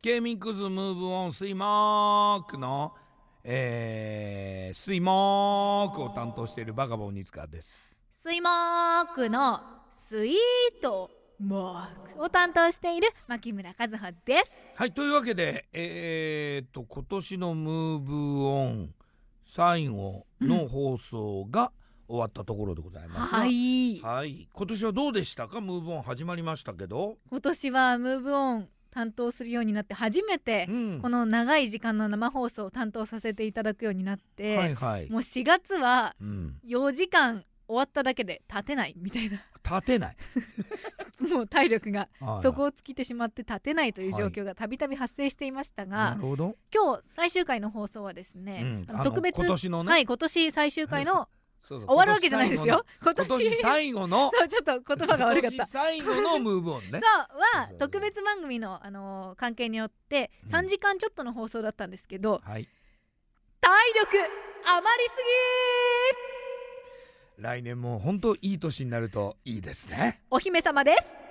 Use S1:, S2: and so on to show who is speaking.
S1: ケーミックスムーブオン水木の、えー、水木を担当しているバカボンニツカです。
S2: 水木のスイートマークを担当している牧村和穂です。
S1: はい、というわけで、えー、っと、今年のムーブオン最後の放送が終わったところでございますが。
S2: はい。
S1: はい、今年はどうでしたかムーブオン始まりましたけど、
S2: 今年はムーブオン担当するようになって初めて
S1: うん
S2: この長い時間の生放送を担当させていただくようになって、
S1: はいはい、
S2: もう4月は
S1: うん、
S2: 4時間終わっただけで立てないみたいな
S1: 立てない、
S2: もう体力が
S1: はい
S2: そこを尽きてしまって立てないという状況がたびたび発生していましたが、
S1: なるほど、
S2: 今日最終回の放送はですね、
S1: うん
S2: あ
S1: あ
S2: の
S1: の
S2: 特別
S1: 今年のね
S2: はい今年最終回の
S1: そうそう
S2: 終わるわけじゃないですよ 今
S1: 今
S2: 年
S1: 年最後の
S2: そうちょっと言葉が悪かった
S1: 今年最後のムーブオンねそ
S2: そう
S1: うそう
S2: は
S1: そう
S2: 特別番組の、あのー関係によって
S1: うん
S2: 3時間ちょっとの放送だったんですけど、
S1: はい
S2: 体力余りすぎ
S1: 来年も本当いい年になるといいですね
S2: お姫様です